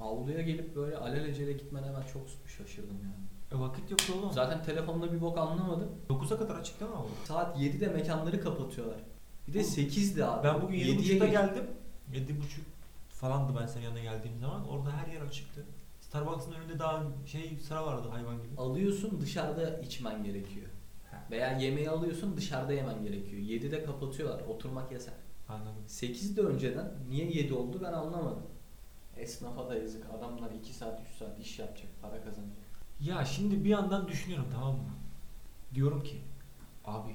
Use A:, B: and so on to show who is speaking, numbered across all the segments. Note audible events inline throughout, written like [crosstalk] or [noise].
A: avluya gelip böyle alelacele gitmene ben çok şaşırdım yani.
B: E vakit yoktu oğlum.
A: Zaten telefonda bir bok anlamadım.
B: 9'a kadar açık değil mi abi?
A: Saat 7'de mekanları kapatıyorlar. Bir de
B: Oğlum,
A: 8'de abi.
B: Ben bugün
A: 7'ye
B: 7.30'da
A: geç-
B: geldim. 7.30 falandı ben senin yanına geldiğim zaman. Orada her yer açıktı. Starbucks'ın önünde daha şey sıra vardı hayvan gibi.
A: Alıyorsun dışarıda içmen gerekiyor.
B: He.
A: Veya yemeği alıyorsun dışarıda yemen gerekiyor. 7'de kapatıyorlar. Oturmak yasak.
B: Anladım.
A: 8'de önceden niye 7 oldu ben anlamadım. Esnafa da yazık. Adamlar 2 saat 3 saat iş yapacak. Para kazanacak.
B: Ya şimdi bir yandan düşünüyorum tamam mı? Diyorum ki abi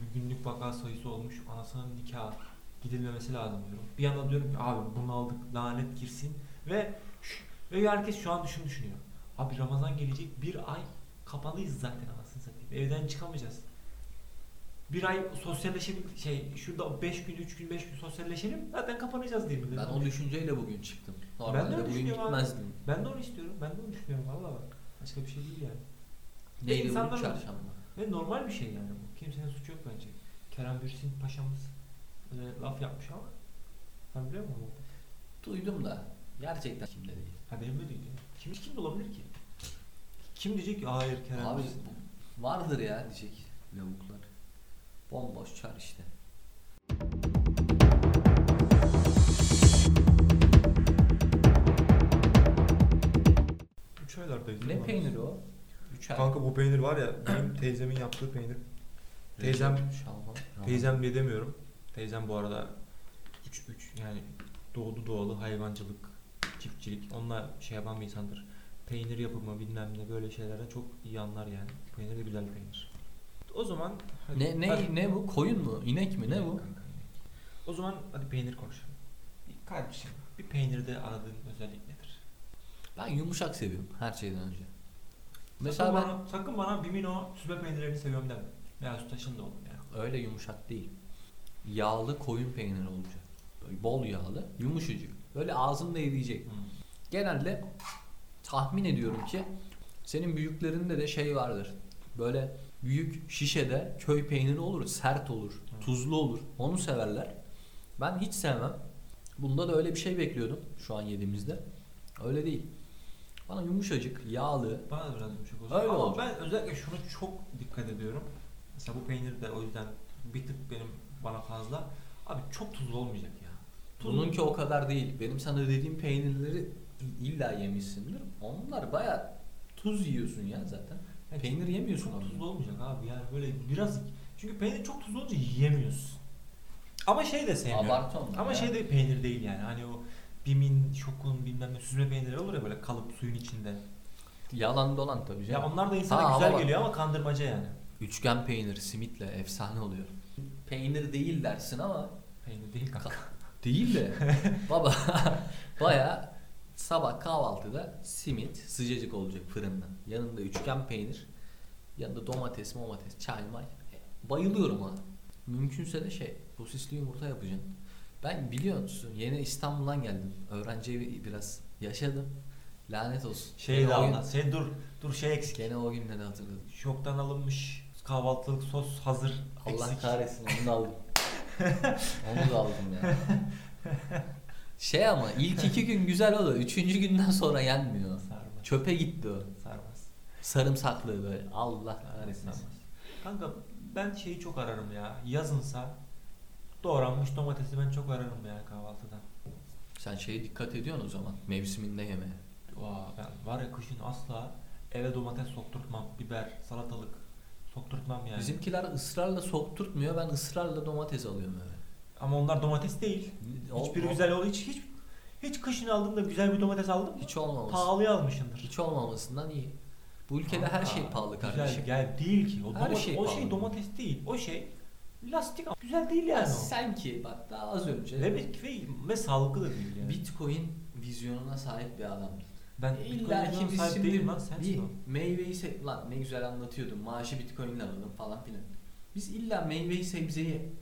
B: bir günlük vaka sayısı olmuş anasının nikah gidilmemesi lazım diyorum. Bir yandan diyorum ki abi bunu aldık lanet girsin ve şu- ve herkes şu an düşün düşünüyor. Abi Ramazan gelecek bir ay kapalıyız zaten anasını satayım. Evden çıkamayacağız. Bir ay sosyalleşelim şey şurada 5 gün 3 gün 5 gün sosyalleşelim zaten kapanacağız diye millet.
A: Ben o düşünceyle bugün çıktım. Normalde bugün
B: düşünüyorum abi.
A: gitmezdim.
B: Ben de onu istiyorum. Ben de onu düşünüyorum valla bak. Başka bir şey değil yani.
A: Neydi bugün
B: İnsanların-
A: çarşamba?
B: Ve normal bir şey yani bu. Kimsenin suçu yok bence. Kerem Bürsin paşamız e, laf yapmış ama. Sen biliyor musun? bunu?
A: Duydum da gerçekten kimde değil.
B: Ha benim de değil. ya. Kim, kim de olabilir ki? Kim diyecek ki hayır Kerem
A: Abi
B: Bürsin.
A: bu- vardır ya diyecek lavuklar. Bomboş çar işte.
C: Üç aylardayız.
A: Ne
C: Ulan.
A: peyniri o? Üç ay.
C: Kanka bu peynir
A: [clears throat]
C: var ya benim teyzemin yaptığı peynir. Teyzem,
A: Şalgam.
C: teyzem diye demiyorum. Teyzem bu arada 3 3 yani doğdu doğalı hayvancılık, çiftçilik onunla şey yapan bir insandır. Peynir yapımı bilmem ne böyle şeylere çok iyi anlar yani. Peynir de güzel peynir. O zaman hadi-
A: Ne
C: hadi-
A: ne ne bu? Koyun mu? İnek mi? Ne
C: İnek
A: bu?
C: kanka, inek. O zaman hadi peynir konuşalım. Bir Kardeşim bir peynirde aradığın özellik nedir?
A: Ben yumuşak seviyorum her şeyden önce.
B: sakın,
A: Mesela ben
B: bana, sakın bana Bimino süzme peynirlerini seviyorum deme. Veya sütaşın da oğlum ya.
A: öyle yumuşak değil. Yağlı koyun peyniri olacak. Böyle bol yağlı, yumuşacık. Böyle ağzımda eriyecek.
B: Hmm.
A: Genelde tahmin ediyorum ki senin büyüklerinde de şey vardır. Böyle büyük şişede köy peyniri olur, sert olur,
B: Hı.
A: tuzlu olur. Onu severler. Ben hiç sevmem. Bunda da öyle bir şey bekliyordum şu an yediğimizde. Öyle değil. Bana yumuşacık, yağlı.
B: Bana da biraz yumuşak olsun.
A: Öyle
B: Ama
A: olacak.
B: ben özellikle şuna çok dikkat ediyorum. Mesela bu peynir de o yüzden bir tık benim bana fazla. Abi çok tuzlu olmayacak ya. Tuzlu.
A: Bununki o kadar değil. Benim sana dediğim peynirleri illa yemişsindir. Onlar baya tuz yiyorsun ya zaten.
B: Yani
A: Peynir yemiyorsun
B: Çok
A: abi.
B: tuzlu olmayacak abi yani böyle biraz çünkü peynir çok tuzlu olunca yiyemiyorsun. Ama şey de sevmiyorum.
A: Abartı onlar
B: Ama
A: ya.
B: şey de peynir değil yani hani o bimin, şokun bilmem ne süzme peyniri olur ya böyle kalıp suyun içinde.
A: Yalan dolan tabii canım.
B: Ya onlar da insana
A: Ha,
B: güzel
A: ama bak-
B: geliyor ama kandırmaca yani.
A: Üçgen peyniri simitle efsane oluyor. Peynir değil dersin ama
B: Peynir değil kanka.
A: değil [laughs] de baba baya sabah kahvaltıda simit sıcacık olacak fırından. Yanında üçgen peynir, yanında domates, domates, çay, may. E, Bayılıyorum ha. Mümkünse de şey, sosisli yumurta yapacaksın. Ben biliyor musun yeni İstanbul'dan geldim. Öğrenci evi biraz yaşadım. Lanet olsun.
B: Şey
A: Gene
B: de
A: o gün-
B: anlat. Şey dur. Dur şey eksik.
A: Gene o günleri hatırladım.
B: Şoktan alınmış kahvaltılık sos hazır.
A: Allah
B: eksik.
A: kahretsin onu da
B: [laughs]
A: aldım. onu da aldım ya. Şey ama ilk iki gün güzel oldu. Üçüncü günden sonra yenmiyor.
B: Sarmaz.
A: Çöpe gitti o.
B: Sarmaz.
A: Sarımsaklı böyle. Allah kahretsin.
B: Sarmaz. Kanka ben şeyi çok ararım ya. Yazınsa doğranmış domatesi ben çok ararım ya kahvaltıda.
A: Sen şeye dikkat ediyorsun o zaman. Mevsiminde yeme.
B: Oha, ben var ya kışın asla eve domates sokturtmam. Biber, salatalık sokturtmam yani.
A: Bizimkiler ısrarla sokturtmuyor. Ben ısrarla domates alıyorum eve.
B: Ama onlar domates değil.
A: O-
B: Hiçbiri
A: o-
B: güzel ol hiç hiç hiç kışın aldığımda güzel bir domates aldım.
A: Hiç olmaması.
B: Pahalıya almışındır.
A: Hiç olmamasından iyi. Bu ülkede her şey pahalı
B: Güzel,
A: kardeşim.
B: Gel değil ki. O,
A: Her
B: domat-
A: şey
B: o
A: pahalı.
B: şey domates değil. O şey lastik ama güzel değil yani o.
A: Sen ki bak daha az önce
B: Ve, ve, ve sağlıklı da değil yani.
A: Bitcoin vizyonuna sahip bir adam.
B: ben
A: İlla ki
B: Bitcoin'den
A: biz
B: sahip
A: şimdi
B: değilim lan sensin
A: bir
B: o.
A: meyveyi se- lan ne güzel anlatıyordum maaşı bitcoin'le alalım falan filan. Biz illa meyveyi sebzeyi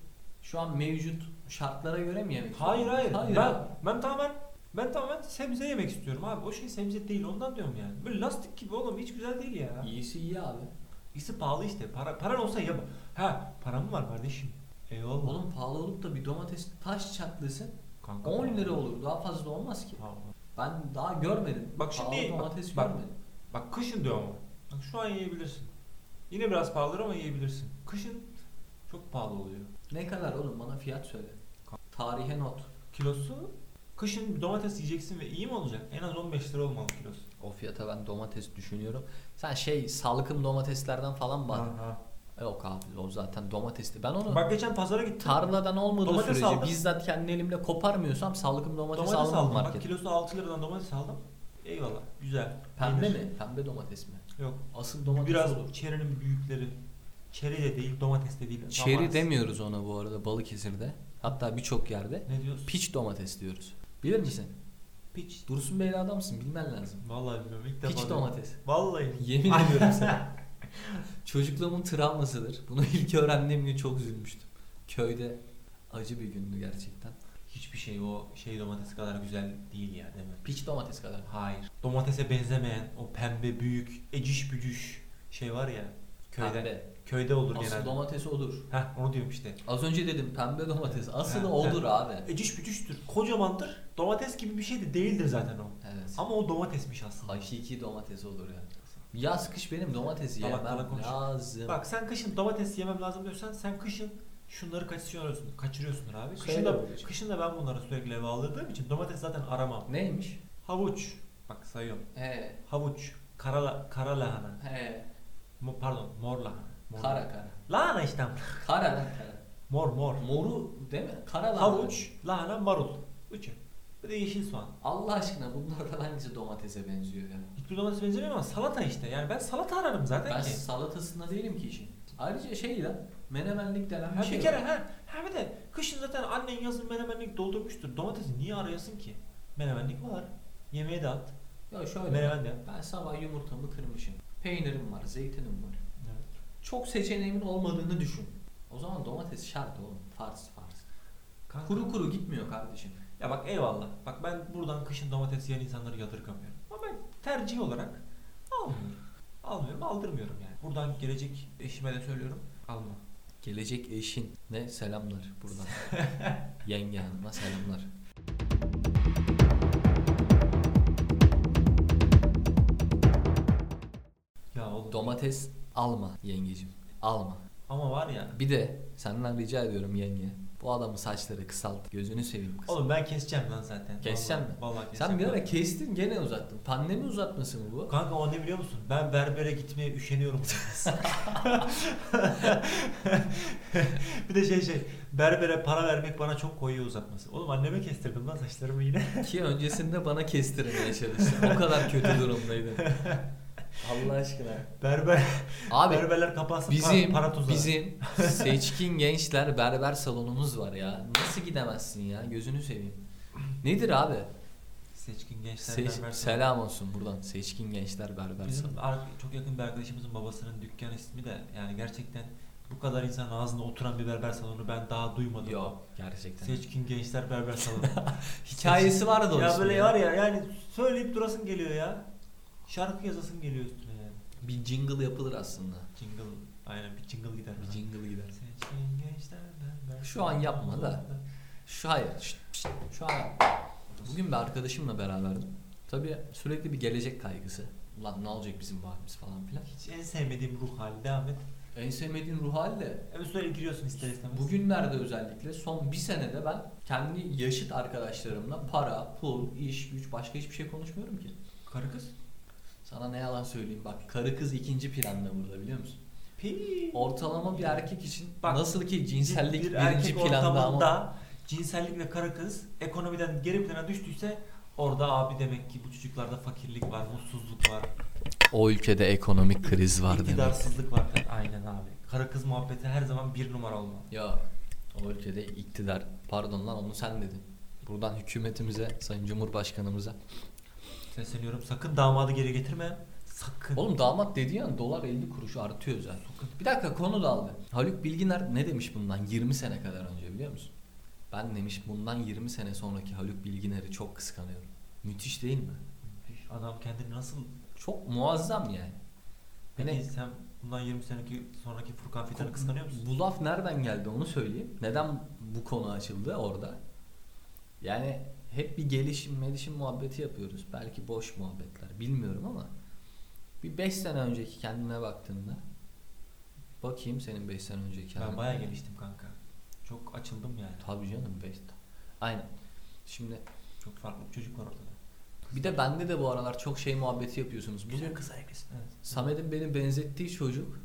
A: şu an mevcut şartlara göre mi yemek
B: Hayır hayır. ben,
A: abi.
B: ben tamamen ben tamamen sebze yemek istiyorum abi. O şey sebze değil ondan diyorum yani. Böyle lastik gibi oğlum hiç güzel değil ya.
A: İyisi iyi abi.
B: İyisi pahalı işte. Para, paran olsa yap. Ha param var kardeşim. Eyvallah.
A: Oğlum pahalı olup da bir domates taş çatlasın
B: Kanka,
A: 10 lira olur daha fazla olmaz ki.
B: Pahalı.
A: Ben daha görmedim.
B: Bak şimdi-
A: Pahalı
B: bak-
A: domates
B: bak.
A: görmedim.
B: Bak kışın diyor ama. Bak şu an yiyebilirsin. Yine biraz pahalıdır ama yiyebilirsin. Kışın çok pahalı oluyor.
A: Ne kadar oğlum bana fiyat söyle. Tarihe not.
B: Kilosu kışın bir domates yiyeceksin ve iyi mi olacak? En az 15 lira olmalı kilosu.
A: O fiyata ben domates düşünüyorum. Sen şey salkım domateslerden falan bak.
B: Aha.
A: Yok abi o zaten domatesli. Ben onu
B: Bak geçen pazara gittim.
A: tarladan olmadığı
B: Domates
A: sürece
B: aldım.
A: bizzat kendi elimle koparmıyorsam salkım domates,
B: domates
A: almam
B: aldım. Bak
A: market.
B: kilosu 6 liradan domates aldım. Eyvallah. Güzel.
A: Pembe
B: Peynir.
A: mi? Pembe domates mi?
B: Yok.
A: Asıl domates
B: biraz
A: olur.
B: çerinin büyükleri. Çeri de değil, domates de değil.
A: Çeri
B: Domates.
A: demiyoruz ona bu arada Balıkesir'de. Hatta birçok yerde.
B: Ne diyorsun?
A: Piç domates diyoruz. Bilir misin?
B: Piç.
A: Dursun Bey'le adamsın bilmen lazım.
B: Vallahi bilmiyorum. İlk defa.
A: Piç
B: duydum.
A: domates. [laughs]
B: Vallahi.
A: Yemin ediyorum [laughs] sana. Çocukluğumun travmasıdır. Bunu ilk öğrendiğim gün çok üzülmüştüm. Köyde acı bir gündü gerçekten.
B: Hiçbir şey o şey domates kadar güzel değil ya değil mi?
A: Piç domates kadar.
B: Hayır. Domatese benzemeyen o pembe büyük eciş bücüş şey var ya köyde.
A: Pembe.
B: Köyde olur
A: Asıl
B: genelde.
A: domates odur.
B: Heh onu diyorum işte.
A: Az önce dedim pembe domates. Asıl
B: Ha,
A: odur abi.
B: Eciş bücüştür. Kocamandır. Domates gibi bir şey de değildir zaten o.
A: Evet.
B: Ama o domatesmiş aslında.
A: Hakiki domates olur ya. Yaz kış benim domatesi
B: Dalak dalak
A: yemem
B: konuş.
A: lazım.
B: Bak sen kışın domates yemem lazım diyorsan sen kışın şunları kaçırıyorsun, kaçırıyorsun abi.
A: Söyle
B: Kışın da,
A: babacığım.
B: kışın da ben bunları sürekli eve aldırdığım için domates zaten aramam.
A: Neymiş?
B: Havuç. Bak sayıyorum.
A: He.
B: Havuç. Kara, la- kara lahana.
A: He.
B: Mo- pardon mor lahana. Mor
A: Kara
B: lahana.
A: kara.
B: Lahana işte.
A: Kara lan kara.
B: Mor mor.
A: Moru değil mi? Kara lan.
B: Havuç, lahana, marul. Üçü. Bir de yeşil soğan.
A: Allah aşkına bunlardan hangisi domatese benziyor ya?
B: Hiçbir domates benzemiyor ama salata işte. Yani ben salata ararım zaten
A: Ben
B: ki.
A: salatasında değilim ki işin. Ayrıca şey lan menemenlik denen bir
B: Ha,
A: şey
B: bir
A: var.
B: kere ha, ha bir de kışın zaten annen yazın menemenlik doldurmuştur. Domatesi niye arayasın ki? Menemenlik var. Yemeğe de at.
A: Ya şöyle
B: Menemen de yap.
A: ben sabah yumurtamı kırmışım. Peynirim var, zeytinim var. Çok seçeneğimin olmadığını düşün. O zaman domates şart oğlum. Farz farz.
B: Kanka-
A: Kuru kuru gitmiyor kardeşim.
B: Ya bak eyvallah. Bak ben buradan kışın domates yiyen insanları yadırgamıyorum. Ama ben tercih olarak almıyorum. Almıyorum, aldırmıyorum yani. Buradan gelecek eşime de söylüyorum. Alma.
A: Gelecek eşin ne selamlar
B: [laughs]
A: buradan. Yenge hanıma selamlar.
B: Ya oğlum.
A: Domates alma yengecim. Alma.
B: Ama var ya.
A: Bir de senden rica ediyorum yenge. Bu adamın saçları kısalt. Gözünü seveyim kız.
B: Oğlum ben keseceğim lan zaten.
A: Keseceğim
B: Vallahi-
A: mi?
B: Vallahi keseceğim.
A: Sen bir
B: lan.
A: ara kestin gene uzattın. Pandemi uzatması mı
B: [laughs]
A: bu?
B: Kanka o ne biliyor musun? Ben berbere gitmeye üşeniyorum. bir de şey şey berbere para vermek bana çok koyu uzatması. Oğlum anneme kestirdim lan saçlarımı yine.
A: Ki öncesinde bana kestirmeye çalıştın. O kadar kötü
B: [laughs]
A: durumdaydın. Allah aşkına.
B: Berber
A: Abi
B: berberler kapansın
A: bizim
B: para, para tuzağı.
A: bizim
B: [laughs]
A: seçkin gençler berber salonumuz var ya. Nasıl gidemezsin ya? Gözünü seveyim. Nedir abi?
B: seçkin gençler
A: Seç-
B: berber.
A: selam olsun buradan. Seçkin gençler berber salonu.
B: Bizim ar- çok yakın bir arkadaşımızın babasının dükkan ismi de yani gerçekten bu kadar insanın ağzına oturan bir berber salonu ben daha duymadım.
A: Yok gerçekten.
B: Seçkin gençler
A: [laughs]
B: berber salonu.
A: Hikayesi vardı onun.
B: ya
A: ismi
B: böyle var ya yani söyleyip durasın geliyor ya. Şarkı yazasın geliyor üstüne yani.
A: Bir jingle yapılır aslında.
B: Jingle. Aynen bir jingle gider.
A: Bir jingle gider.
B: Seçkin gençlerden ben-
A: Şu an yapma da. Şu hayır. şşt, şşt, Şu an. Bugün bir arkadaşımla beraberdim. Tabii sürekli bir gelecek kaygısı. Ulan ne olacak bizim bahimiz falan filan.
B: Hiç en sevmediğim ruh hali devam et.
A: En sevmediğin ruh hali de
B: Evet sürekli giriyorsun ister istemez.
A: bugünlerde özellikle son bir senede ben kendi yaşıt arkadaşlarımla para, pul, iş, güç başka hiçbir şey konuşmuyorum ki.
B: Karı kız.
A: Sana ne yalan söyleyeyim bak karı kız ikinci planda burada biliyor musun?
B: Pi.
A: Ortalama bir erkek için
B: Bak,
A: nasıl ki cinsellik
B: bir
A: birinci
B: erkek
A: planda ama
B: ortamında cinsellik ve karı kız ekonomiden geri plana düştüyse orada abi demek ki bu çocuklarda fakirlik var, mutsuzluk var,
A: o ülkede ekonomik kriz var demek.
B: iktidarsızlık var. Aynen abi. Karı kız muhabbeti her zaman bir numara olmalı.
A: Ya o ülkede iktidar pardon lan onu sen dedin. Buradan hükümetimize, Sayın
B: [laughs]
A: Cumhurbaşkanımıza.
B: Sesleniyorum sakın damadı geri getirme. Sakın.
A: Oğlum damat dedi ya dolar 50 kuruş artıyor zaten.
B: Sakın.
A: Bir dakika konu daldı. Haluk Bilginer ne demiş bundan 20 sene kadar önce biliyor musun? Ben demiş bundan 20 sene sonraki Haluk Bilginer'i çok kıskanıyorum. Müthiş değil mi?
B: Adam kendini nasıl
A: Çok muazzam yani.
B: Peki
A: Hani-
B: sen bundan 20 seneki sonraki Furkan Fidan'ı kıskanıyor musun?
A: Bu laf nereden geldi onu söyleyeyim. Neden bu konu açıldı orada? Yani hep bir gelişim melişim muhabbeti yapıyoruz. Belki boş muhabbetler bilmiyorum ama bir 5 sene önceki kendine baktığında bakayım senin 5 sene önceki
B: Ben
A: haline.
B: bayağı geliştim kanka. Çok açıldım yani.
A: Tabii canım 5 Aynen. Şimdi
B: Çok farklı bir çocuk var ortada.
A: bir de bende de bu aralar çok şey muhabbeti yapıyorsunuz. Bugün
B: kız ayaklasın. Evet.
A: Samet'in beni benzettiği çocuk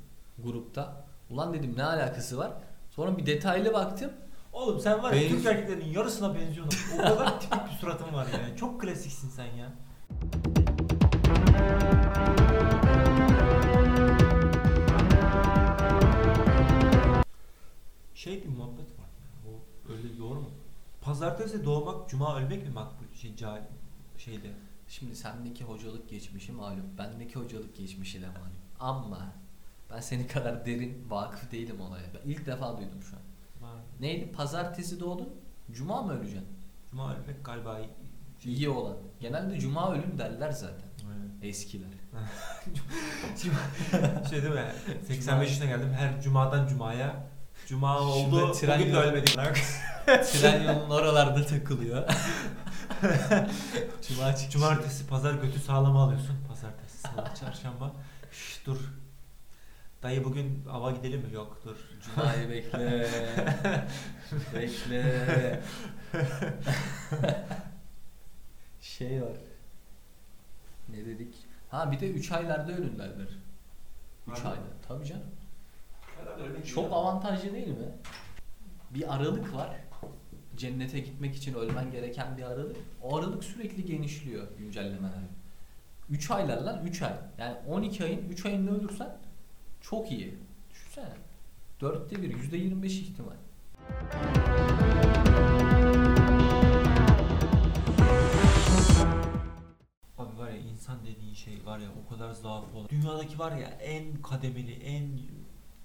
A: grupta. Ulan dedim ne alakası var? Sonra bir detaylı baktım.
B: Oğlum sen var ya
D: Benz-
B: Türk erkeklerinin yarısına benziyorsun. O kadar [laughs] tipik bir suratın var ya. Çok klasiksin sen ya. Şey bir muhabbet var. ya, O öyle doğru mu? Pazartesi doğmak, cuma ölmek mi makbul? Şey, cahil, şeyde.
A: Şimdi sendeki hocalık geçmişi malum. Bendeki hocalık geçmişi de malum. Ama ben senin kadar derin vakıf değilim olaya. Ben ilk defa duydum şu an. Neydi? Pazartesi doğdun. Cuma mı öleceksin?
B: Cuma ölmek galiba iyi- şey-
A: İyi olan. Genelde cuma ölüm derler zaten.
B: Evet.
A: Eskiler.
B: şey değil
A: [laughs]
B: mi? 85 yaşına geldim. Her cumadan cumaya. Cuma
A: Şurada
B: oldu.
A: tren
B: Bugün de
A: yolu-
B: ölmedik.
A: [laughs] Tren yolunun oralarda takılıyor. [laughs] cuma çıkışı.
B: Cumartesi, pazar götü sağlama alıyorsun. Pazartesi, salı,
A: [laughs]
B: çarşamba. Şş, dur. Dayı bugün ava gidelim mi? Yok dur.
A: Cuma'yı [laughs] bekle. bekle. [laughs] şey var. Ne dedik? Ha bir de 3 aylarda ölün derler. 3
B: Harbi.
A: ayda. Tabii canım. Çok avantajlı değil mi? Bir aralık var. Cennete gitmek için ölmen gereken bir aralık. O aralık sürekli genişliyor güncellemeler. 3 aylar lan 3 ay. Yani 12 ayın 3 ayında ölürsen çok iyi. Düşünsene. Dörtte bir, yüzde 25 ihtimal.
B: Abi var ya insan dediğin şey var ya o kadar zaaf olan. Dünyadaki var ya en kademeli, en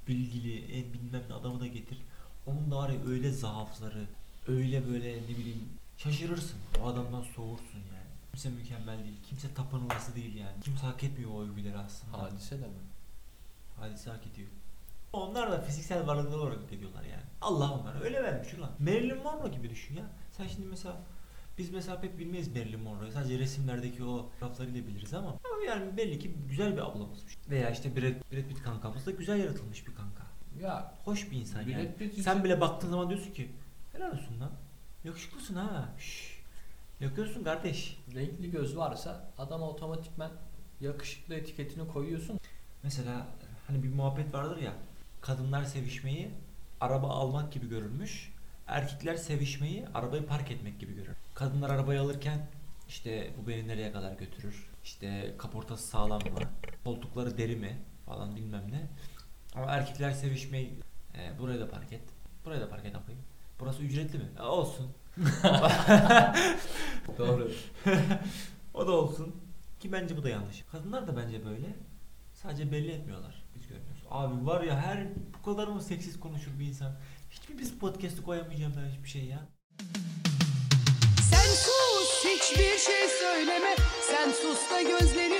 B: bilgili, en bilmem ne adamı da getir. Onun da var ya öyle zaafları, öyle böyle ne bileyim şaşırırsın. O adamdan soğursun yani. Kimse mükemmel değil, kimse tapınılası değil yani. Kimse hak etmiyor o övgüleri aslında.
A: Hadise de mi?
B: Hadise hak ediyor. Onlar da fiziksel varlıklar olarak hak ediyorlar yani. Allah onlara öyle vermiş ulan. Marilyn Monroe gibi düşün ya. Sen şimdi mesela biz mesela pek bilmeyiz Marilyn Monroe'yu. Sadece resimlerdeki o fotoğraflarıyla biliriz ama ama yani belli ki güzel bir ablamızmış. Veya işte Brad, Brad Pitt kankamız da güzel yaratılmış bir kanka.
A: Ya
B: Hoş bir insan yani.
A: Brad Pitt
B: Sen
A: için-
B: bile baktığın zaman diyorsun ki helal olsun lan. Yakışıklısın ha. Şşş. Yakıyorsun kardeş.
A: renkli göz varsa adama otomatikmen yakışıklı etiketini koyuyorsun.
B: Mesela hani bir muhabbet vardır ya. Kadınlar sevişmeyi araba almak gibi görülmüş. Erkekler sevişmeyi arabayı park etmek gibi görür. Kadınlar arabayı alırken işte bu beni nereye kadar götürür? İşte kaportası sağlam mı? Koltukları deri mi? Falan bilmem ne. Ama erkekler sevişmeyi e, buraya da park et. Buraya da park et yapayım. Burası ücretli mi? E, olsun.
A: Doğru.
B: [laughs] O da olsun. Ki bence bu da yanlış. Kadınlar da bence böyle. Sadece belli etmiyorlar. Biz görmüyoruz. Abi var ya her bu kadar mı seksiz konuşur bir insan? Hiçbir biz podcast'ı koyamayacağım ben hiçbir şey ya.
C: Sen sus hiçbir şey söyleme Sen sus da gözlerin şey